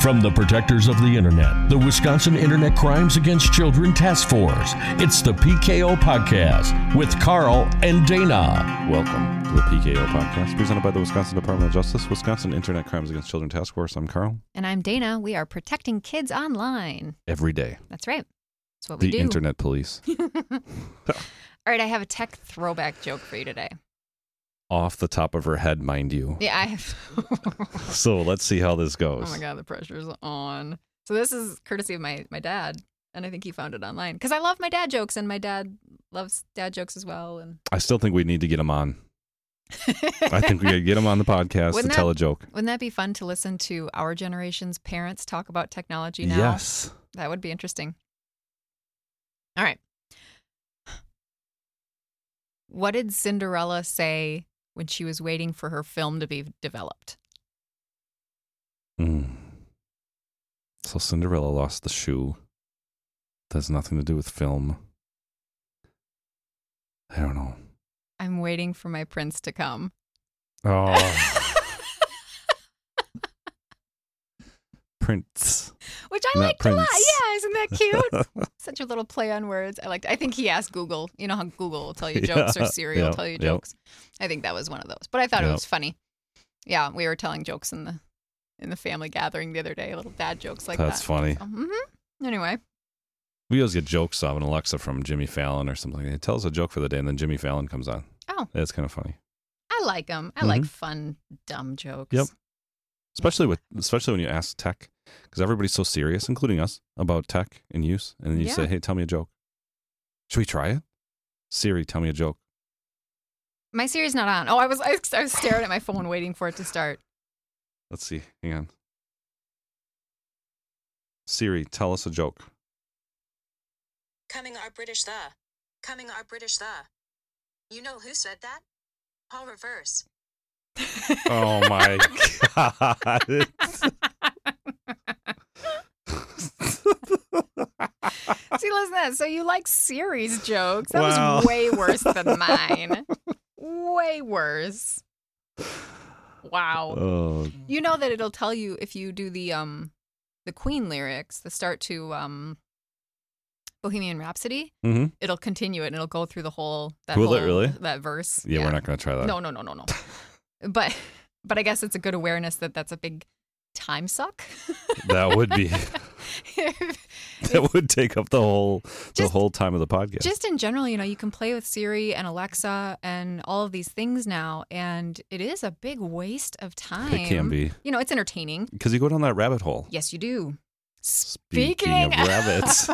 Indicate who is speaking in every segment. Speaker 1: From the protectors of the internet, the Wisconsin Internet Crimes Against Children Task Force, it's the PKO Podcast with Carl and Dana.
Speaker 2: Welcome to the PKO podcast, presented by the Wisconsin Department of Justice, Wisconsin Internet Crimes Against Children Task Force. I'm Carl.
Speaker 3: And I'm Dana. We are protecting kids online.
Speaker 2: Every day,
Speaker 3: That's right. That's what we
Speaker 2: the
Speaker 3: do.
Speaker 2: internet police
Speaker 3: All right, I have a tech throwback joke for you today.
Speaker 2: off the top of her head, mind you.
Speaker 3: Yeah, I have. oh
Speaker 2: So let's see how this goes.
Speaker 3: my God, the pressure's on. So this is courtesy of my, my dad. And I think he found it online because I love my dad jokes and my dad loves dad jokes as well. And
Speaker 2: I still think we need to get him on. I think we could get him on the podcast to
Speaker 3: Wouldn't
Speaker 2: tell
Speaker 3: that-
Speaker 2: a joke.
Speaker 3: wouldn't that be fun to listen to our generation's parents talk about technology now?
Speaker 2: Yes.
Speaker 3: That would be interesting. All right. What did Cinderella say when she was waiting for her film to be developed?
Speaker 2: Mm. So Cinderella lost the shoe. That has nothing to do with film. I don't know.
Speaker 3: I'm waiting for my prince to come.
Speaker 2: Oh, Prince.
Speaker 3: Which I
Speaker 2: Not
Speaker 3: liked a lot.
Speaker 2: prince.
Speaker 3: Yeah, isn't that cute? Such a little play on words. I liked I think he asked Google. You know how Google will tell you
Speaker 2: Yeah,
Speaker 3: jokes or Siri
Speaker 2: yeah,
Speaker 3: will tell you
Speaker 2: yeah.
Speaker 3: jokes. I think that was one of those. But I thought
Speaker 2: Yeah.
Speaker 3: it was funny. Yeah, we were telling jokes in the in the family gathering the other day, little dad jokes like
Speaker 2: That's
Speaker 3: that.
Speaker 2: funny.
Speaker 3: hmm Anyway.
Speaker 2: We always get jokes of an Alexa from Jimmy Fallon or something. It tells a joke for the day, and then Jimmy Fallon comes on.
Speaker 3: Oh.
Speaker 2: that's kind of funny,
Speaker 3: I like them. I like fun, dumb jokes.
Speaker 2: Mm-hmm. Yep. especially with especially when you ask tech, because everybody's so serious, including us, about tech and use. And then you
Speaker 3: Yeah.
Speaker 2: say, "Hey, tell me a joke. Should we try it? Siri, tell me a joke."
Speaker 3: My Siri's not on. Oh, I was I, was- I was staring at my phone waiting for it to start.
Speaker 2: Let's see. Hang on. Siri, tell us a joke.
Speaker 4: Coming are British the. Coming are British the. You know who said that? Paul Reverse.
Speaker 2: Oh my god!
Speaker 3: See, listen to that. So you like Siri's jokes. That
Speaker 2: Wow.
Speaker 3: was way worse than mine. way worse. Wow.
Speaker 2: oh,
Speaker 3: You know that it'll tell you if you do the um the Queen lyrics, the start to um Bohemian Rhapsody,
Speaker 2: hmm
Speaker 3: it'll continue it and it'll go through the whole that
Speaker 2: Will it
Speaker 3: whole-
Speaker 2: really?
Speaker 3: that verse.
Speaker 2: yeah, we're not gonna try that.
Speaker 3: No, no, no, no, no. but but I guess it's a good awareness that that's a big time suck.
Speaker 2: That would be. that would take up the whole the
Speaker 3: Just-
Speaker 2: whole time of the podcast.
Speaker 3: Just in general, you know, you can play with Siri and Alexa and all of these things now, and it is a big waste of time.
Speaker 2: it can be
Speaker 3: You know, it's entertaining.
Speaker 2: because you go down that rabbit hole.
Speaker 3: Yes, you do.
Speaker 2: Speaking
Speaker 3: Speaking
Speaker 2: of rabbits,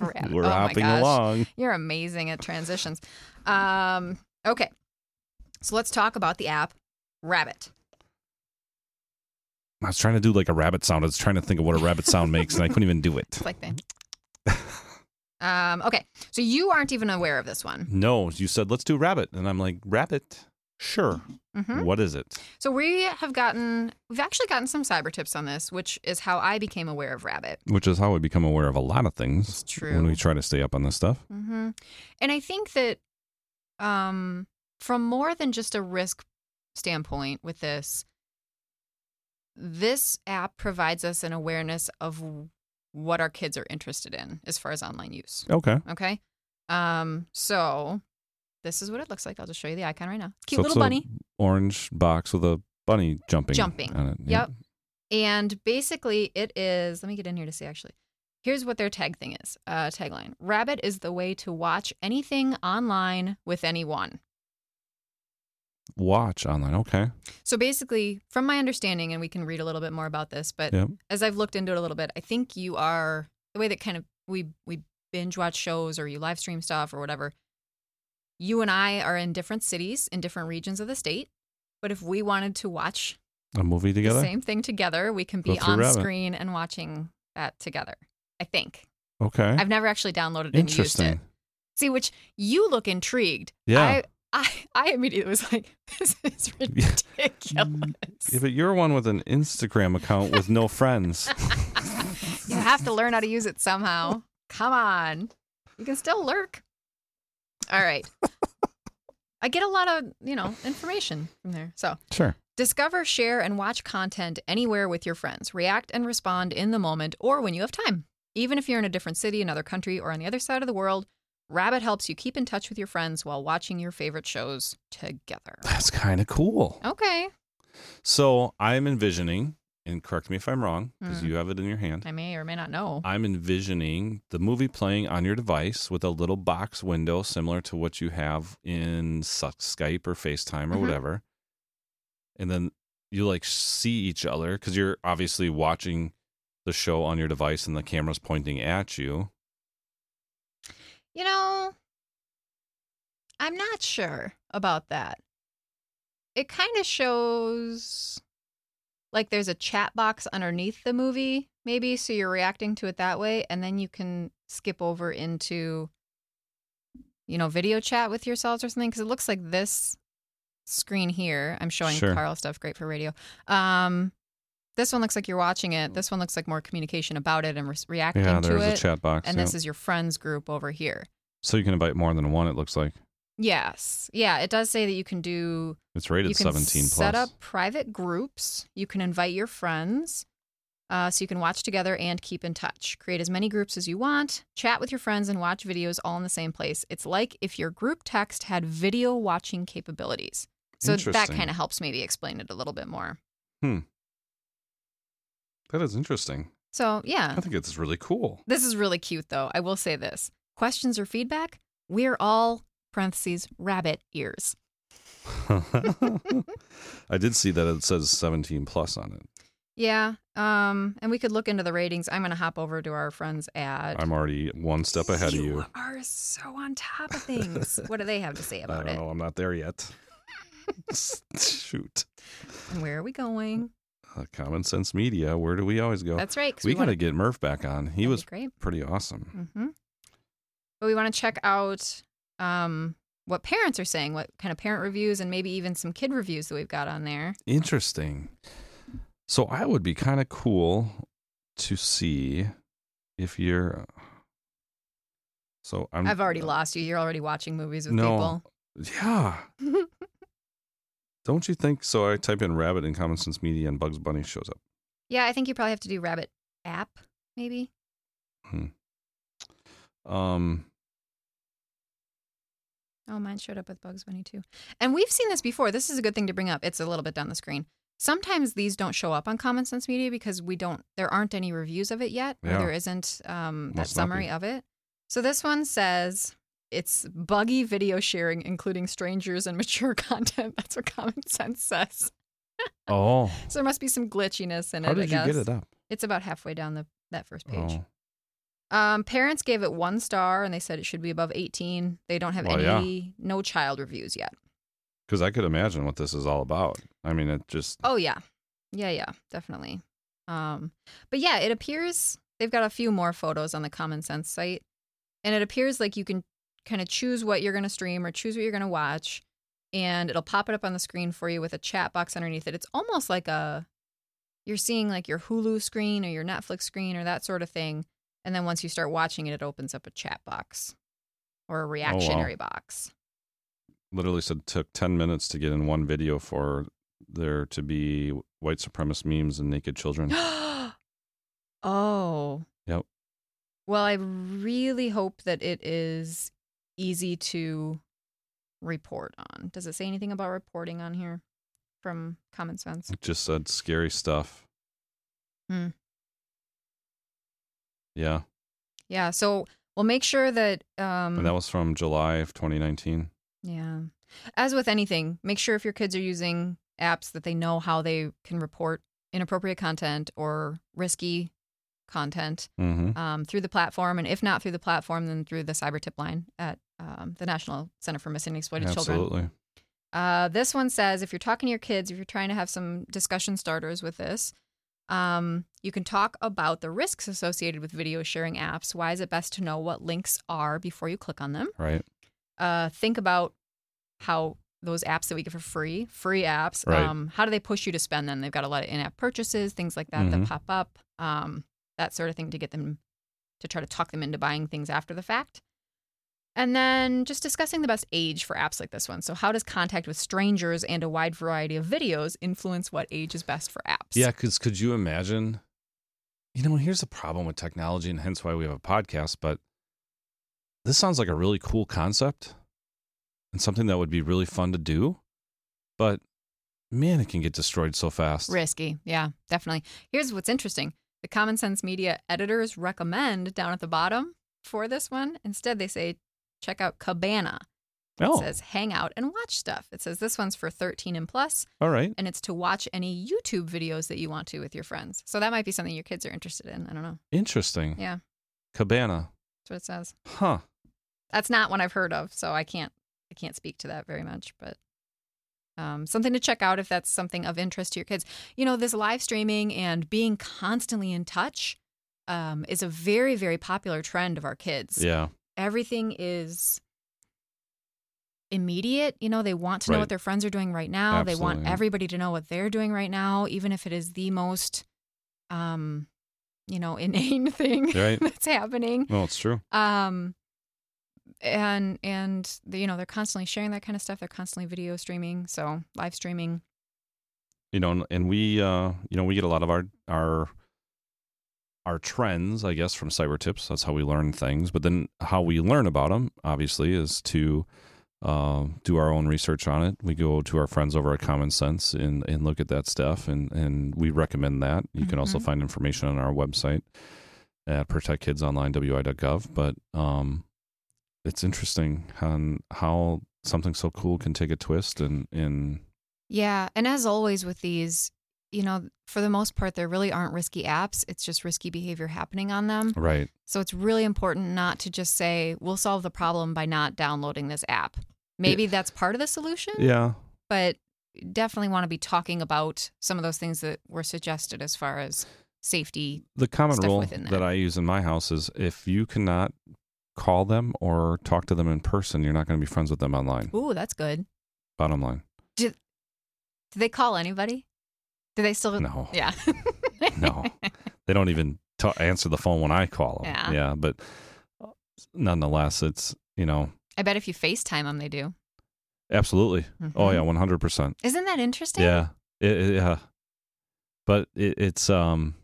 Speaker 3: Rabbit-
Speaker 2: we're
Speaker 3: oh my
Speaker 2: hopping
Speaker 3: gosh.
Speaker 2: along.
Speaker 3: You're amazing at transitions. Um, okay. So let's talk about the app Rabbit.
Speaker 2: I was trying to do like a rabbit sound. I was trying to think of what a rabbit sound makes, and I couldn't even do it.
Speaker 3: It's like the. Um, okay. So you aren't even aware of this one.
Speaker 2: No, you said let's do rabbit, and I'm like rabbit. Sure.
Speaker 3: hmm
Speaker 2: What is it?
Speaker 3: So we have gotten, we've actually gotten some cyber tips on this, which is how I became aware of Rabbit.
Speaker 2: Which is how we become aware of a lot of things.
Speaker 3: It's
Speaker 2: When
Speaker 3: true.
Speaker 2: we try to stay up on this stuff.
Speaker 3: hmm And I think that um, from more than just a risk standpoint with this, this app provides us an awareness of what our kids are interested in as far as online use.
Speaker 2: Okay.
Speaker 3: Okay. Um, so this is what it looks like. I'll just show you the icon right now. Cute
Speaker 2: So it's
Speaker 3: little
Speaker 2: a
Speaker 3: bunny.
Speaker 2: Orange box with a bunny jumping.
Speaker 3: Jumping.
Speaker 2: On it.
Speaker 3: Yep. And basically, it is. Let me get in here to see actually. Here's what their tag thing is uh, tagline Rabbit is the way to watch anything online with anyone.
Speaker 2: Watch online. Okay.
Speaker 3: So basically, from my understanding, and we can read a little bit more about this, but
Speaker 2: Yep.
Speaker 3: as I've looked into it a little bit, I think you are the way that kind of we, we binge watch shows or you live stream stuff or whatever. You and I are in different cities, in different regions of the state. But if we wanted to watch
Speaker 2: A movie together.
Speaker 3: the same thing together, we can
Speaker 2: Go
Speaker 3: be
Speaker 2: through
Speaker 3: on
Speaker 2: Rabbit.
Speaker 3: screen and watching that together. I think.
Speaker 2: Okay.
Speaker 3: I've never actually downloaded and used
Speaker 2: Interesting.
Speaker 3: it. See, which you look intrigued.
Speaker 2: Yeah.
Speaker 3: I, I, I immediately was like, this is
Speaker 2: Yeah.
Speaker 3: ridiculous.
Speaker 2: Yeah, but you're one with an Instagram account with no friends.
Speaker 3: You have to learn how to use it somehow. Come on. You can still lurk. All right. I get a lot of, you know, information from there. So
Speaker 2: Sure.
Speaker 3: Discover, share, and watch content anywhere with your friends. React and respond in the moment or when you have time. Even if you're in a different city, another country, or on the other side of the world, Rabbit helps you keep in touch with your friends while watching your favorite shows together.
Speaker 2: That's kind of cool.
Speaker 3: Okay.
Speaker 2: So I'm envisioning, and correct me if I'm wrong, because
Speaker 3: Mm.
Speaker 2: you have it in your hand.
Speaker 3: I may or may not know.
Speaker 2: I'm envisioning the movie playing on your device with a little box window similar to what you have in Su- Skype or FaceTime or
Speaker 3: Mhm.
Speaker 2: whatever. And then you like see each other because you're obviously watching the show on your device and the camera's pointing at you.
Speaker 3: You know, I'm not sure about that. It kind of shows like there's a chat box underneath the movie, maybe, so you're reacting to it that way, and then you can skip over into, you know, video chat with yourselves or something, because it looks like this screen here. I'm showing
Speaker 2: Sure.
Speaker 3: Carl stuff, great for radio. Um, this one looks like you're watching it. This one looks like more communication about it and re- reacting
Speaker 2: yeah,
Speaker 3: to
Speaker 2: there's
Speaker 3: it.
Speaker 2: a chat box.
Speaker 3: and
Speaker 2: yeah.
Speaker 3: this is your friends group over here.
Speaker 2: so you can invite more than one, it looks like.
Speaker 3: Yes. Yeah, it does say that you can do
Speaker 2: It's rated
Speaker 3: you can
Speaker 2: 17 plus.
Speaker 3: set up private groups. You can invite your friends. Uh, so you can watch together and keep in touch. Create as many groups as you want. Chat with your friends and watch videos all in the same place. It's like if your group text had video watching capabilities. So that
Speaker 2: Interesting.
Speaker 3: kind of helps maybe explain it a little bit more.
Speaker 2: That is interesting.
Speaker 3: So yeah.
Speaker 2: I think it's really cool.
Speaker 3: This is really cute, though. I will say this. Questions or feedback? We're all parentheses rabbit ears.
Speaker 2: I did see that it says 17 plus on it.
Speaker 3: Yeah. Um, and we could look into the ratings. I'm gonna hop over to our friends at
Speaker 2: I'm already one step ahead of you.
Speaker 3: Are so on top of things. what do they have to say
Speaker 2: I
Speaker 3: about
Speaker 2: don't
Speaker 3: it?
Speaker 2: know. I'm not there yet. Shoot.
Speaker 3: And where are we going?
Speaker 2: Uh, common sense media. Where do we always go?
Speaker 3: That's right. 'cause
Speaker 2: we got
Speaker 3: wanna-
Speaker 2: to get Murph back on. He
Speaker 3: that'd be
Speaker 2: was
Speaker 3: great.
Speaker 2: pretty awesome.
Speaker 3: Mm-hmm. But we want to check out um, what parents are saying, what kind of parent reviews, and maybe even some kid reviews that we've got on there.
Speaker 2: Interesting. So I would be kind of cool to see if you're. So I'm. uh,
Speaker 3: I've already lost you. You're already watching movies with
Speaker 2: No. Yeah.
Speaker 3: people.
Speaker 2: Don't you think? So I type in rabbit in Common Sense Media and Bugs Bunny shows up.
Speaker 3: Yeah, I think you probably have to do rabbit app, maybe.
Speaker 2: Um,
Speaker 3: Oh, mine showed up with Bugs Bunny too. And we've seen this before. This is a good thing to bring up. It's a little bit down the screen. Sometimes these don't show up on Common Sense Media because we don't. There aren't any reviews of it yet,
Speaker 2: Yeah.
Speaker 3: or there isn't um,
Speaker 2: Must
Speaker 3: that
Speaker 2: not be.
Speaker 3: summary of it. So this one says it's buggy video sharing, including strangers and mature content. That's what Common Sense says.
Speaker 2: oh,
Speaker 3: So there must be some glitchiness in
Speaker 2: how
Speaker 3: it.
Speaker 2: did
Speaker 3: I
Speaker 2: you
Speaker 3: guess
Speaker 2: get it up?
Speaker 3: it's about halfway down the that first page.
Speaker 2: Oh,
Speaker 3: Um, parents gave it one star and they said it should be above 18. They don't have
Speaker 2: Well,
Speaker 3: any, no child reviews yet.
Speaker 2: because I could imagine what this is all about. I mean, it just
Speaker 3: Oh, yeah. Yeah, yeah, definitely. Um, but yeah, it appears they've got a few more photos on the Common Sense site. And it appears like you can kind of choose what you're going to stream or choose what you're going to watch. And it'll pop it up on the screen for you with a chat box underneath it. It's almost like a, you're seeing like your Hulu screen or your Netflix screen or that sort of thing. And then once you start watching it, it opens up a chat box or a reactionary box.
Speaker 2: literally said took ten minutes to get in one video for there to be white supremacist memes and naked children.
Speaker 3: oh.
Speaker 2: Yep.
Speaker 3: Well, I really hope that it is easy to report on. Does it say anything about reporting on here from Common Sense?
Speaker 2: It just said scary stuff.
Speaker 3: Hmm.
Speaker 2: Yeah,
Speaker 3: Yeah. So we'll make sure that. Um,
Speaker 2: and that was from July of 2019.
Speaker 3: yeah. As with anything, make sure if your kids are using apps that they know how they can report inappropriate content or risky content.
Speaker 2: Mm-hmm.
Speaker 3: um, through the platform, and if not through the platform, then through the cyber tip line at um, the National Center for Missing and Exploited Children.
Speaker 2: Absolutely.
Speaker 3: Uh, this one says if you're talking to your kids, if you're trying to have some discussion starters with this, um, you can talk about the risks associated with video sharing apps. Why is it best to know what links are before you click on them?
Speaker 2: Right.
Speaker 3: uh, think about how those apps that we get for free, free apps,
Speaker 2: Right.
Speaker 3: um, how do they push you to spend them? They've got a lot of in-app purchases, things like that
Speaker 2: Mhm.
Speaker 3: that pop up, um, that sort of thing to get them to try to talk them into buying things after the fact. And then just discussing the best age for apps like this one. So, how does contact with strangers and a wide variety of videos influence what age is best for apps?
Speaker 2: Yeah, because could you imagine? You know, here's the problem with technology, and hence why we have a podcast. But this sounds like a really cool concept and something that would be really fun to do. But man, it can get destroyed so fast.
Speaker 3: Risky. Yeah, definitely. Here's what's interesting the Common Sense Media editors recommend down at the bottom for this one. Instead, they say check out Cabana. It
Speaker 2: Oh,
Speaker 3: says hang out and watch stuff. It says this one's for 13 and plus,
Speaker 2: all right.
Speaker 3: and it's to watch any YouTube videos that you want to with your friends. So, that might be something your kids are interested in. I don't know.
Speaker 2: Interesting.
Speaker 3: Yeah,
Speaker 2: Cabana.
Speaker 3: that's what it says.
Speaker 2: Huh.
Speaker 3: that's not one I've heard of, so I can't I can't speak to that very much, but um, something to check out if that's something of interest to your kids. You know, this live streaming and being constantly in touch um, is a very, very popular trend of our kids.
Speaker 2: Yeah.
Speaker 3: Everything is immediate. You know, they want to know
Speaker 2: Right.
Speaker 3: what their friends are doing right now. They want
Speaker 2: Absolutely.
Speaker 3: everybody to know what they're doing right now, even if it is the most, um, you know, inane thing
Speaker 2: Right.
Speaker 3: that's happening
Speaker 2: No, it's true.
Speaker 3: um and and the, you know they're constantly sharing that kind of stuff they're constantly video streaming so live streaming
Speaker 2: you know, and, and we, uh, you know, we get a lot of our our our trends, I guess, from cyber tips. That's how we learn things. But then how we learn about them, obviously, is to uh, do our own research on it. We go to our friends over at Common Sense and and look at that stuff, and and we recommend that. You can also
Speaker 3: Mhm.
Speaker 2: find information on our website at protectkidsonline.wi.gov. But um, it's interesting on how something so cool can take a twist and and
Speaker 3: yeah and as always with these you know for the most part there really aren't risky apps it's just risky behavior happening on them
Speaker 2: right.
Speaker 3: so it's really important not to just say we'll solve the problem by not downloading this app maybe that's part of the solution
Speaker 2: Yeah.
Speaker 3: but definitely want to be talking about some of those things that were suggested as far as safety
Speaker 2: the common
Speaker 3: stuff
Speaker 2: rule
Speaker 3: within
Speaker 2: that.
Speaker 3: that.
Speaker 2: I use in my house is if you cannot call them or talk to them in person, you're not going to be friends with them online.
Speaker 3: ooh that's good
Speaker 2: Bottom line,
Speaker 3: Do they call anybody? Do they still?
Speaker 2: no,
Speaker 3: Yeah.
Speaker 2: no, they don't even ta answer the phone when I call them.
Speaker 3: Yeah.
Speaker 2: but uh, nonetheless, it's you know
Speaker 3: I bet if you FaceTime them, they do.
Speaker 2: absolutely. Oh
Speaker 3: Mhm.
Speaker 2: yeah, one hundred percent.
Speaker 3: Isn't that interesting?
Speaker 2: Yeah, It- it- yeah. But it, it's um,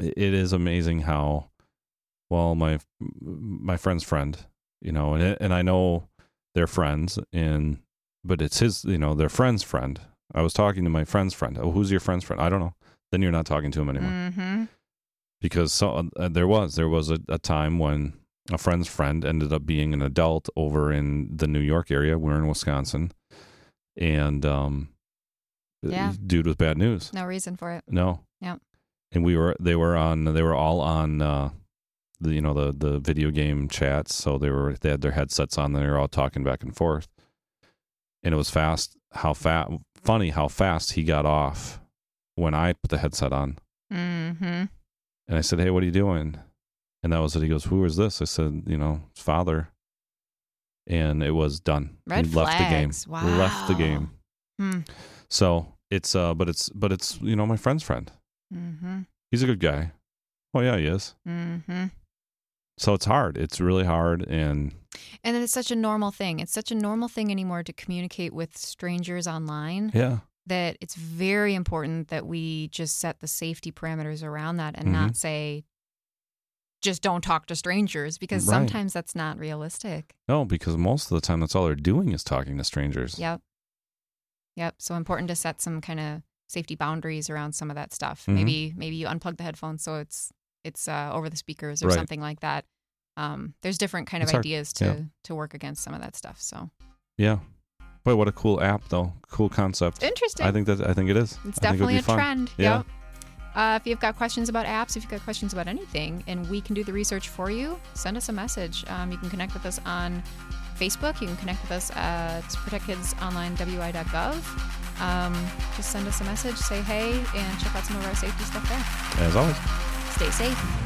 Speaker 2: it it is amazing how well my my friend's friend, you know, and it, and I know they're friends, and but it's his, you know, their friend's friend. I was talking to my friend's friend. Oh, who's your friend's friend? I don't know. Then you're not talking to him anymore
Speaker 3: Mm-hmm.
Speaker 2: because so uh, there was there was a, a time when a friend's friend ended up being an adult over in the New York area. We're in Wisconsin, and um,
Speaker 3: Yeah.
Speaker 2: dude with bad news.
Speaker 3: No reason for it.
Speaker 2: No.
Speaker 3: Yep.
Speaker 2: And we were they were on they were all on uh, the you know the the video game chats. So they were they had their headsets on. They were all talking back and forth, and it was fast. How fat? Funny how fast he got off when I put the headset on.
Speaker 3: Mm-hmm.
Speaker 2: And I said, Hey, what are you doing? And that was it. He goes, Who is this? I said, You know, it's father. And it was done.
Speaker 3: Red
Speaker 2: he left the game.
Speaker 3: flags.
Speaker 2: Left the
Speaker 3: Wow.
Speaker 2: game.
Speaker 3: Hmm.
Speaker 2: So it's uh but it's but it's you know, my friend's friend.
Speaker 3: Mm-hmm.
Speaker 2: He's a good guy. Oh yeah, he is.
Speaker 3: Mm-hmm.
Speaker 2: So it's hard. It's really hard and
Speaker 3: And then it's such a normal thing. It's such a normal thing anymore to communicate with strangers online
Speaker 2: yeah.
Speaker 3: that it's very important that we just set the safety parameters around that and
Speaker 2: Mm-hmm.
Speaker 3: not say just don't talk to strangers because
Speaker 2: Right.
Speaker 3: sometimes that's not realistic.
Speaker 2: No, because most of the time that's all they're doing is talking to strangers.
Speaker 3: Yep. Yep. So important to set some kind of safety boundaries around some of that stuff.
Speaker 2: Mhm.
Speaker 3: Maybe maybe you unplug the headphones so it's it's uh, over the speakers or
Speaker 2: Right.
Speaker 3: something like that. Um, there's different kind of
Speaker 2: It's hard.
Speaker 3: ideas to
Speaker 2: Yeah.
Speaker 3: to work against some of that stuff. So
Speaker 2: Yeah. Boy, what a cool app though. Cool concept.
Speaker 3: interesting.
Speaker 2: I think that I think it is.
Speaker 3: it's
Speaker 2: I think it would
Speaker 3: definitely
Speaker 2: be
Speaker 3: a
Speaker 2: fun.
Speaker 3: trend.
Speaker 2: Yeah.
Speaker 3: Yep. Uh, if you've got questions about apps, if you've got questions about anything, and we can do the research for you, send us a message. Um, you can connect with us on Facebook. You can connect with us at protectkidsonlinewi.gov. Um, just send us a message, say hey, and check out some of our safety stuff there.
Speaker 2: As always.
Speaker 3: Stay safe.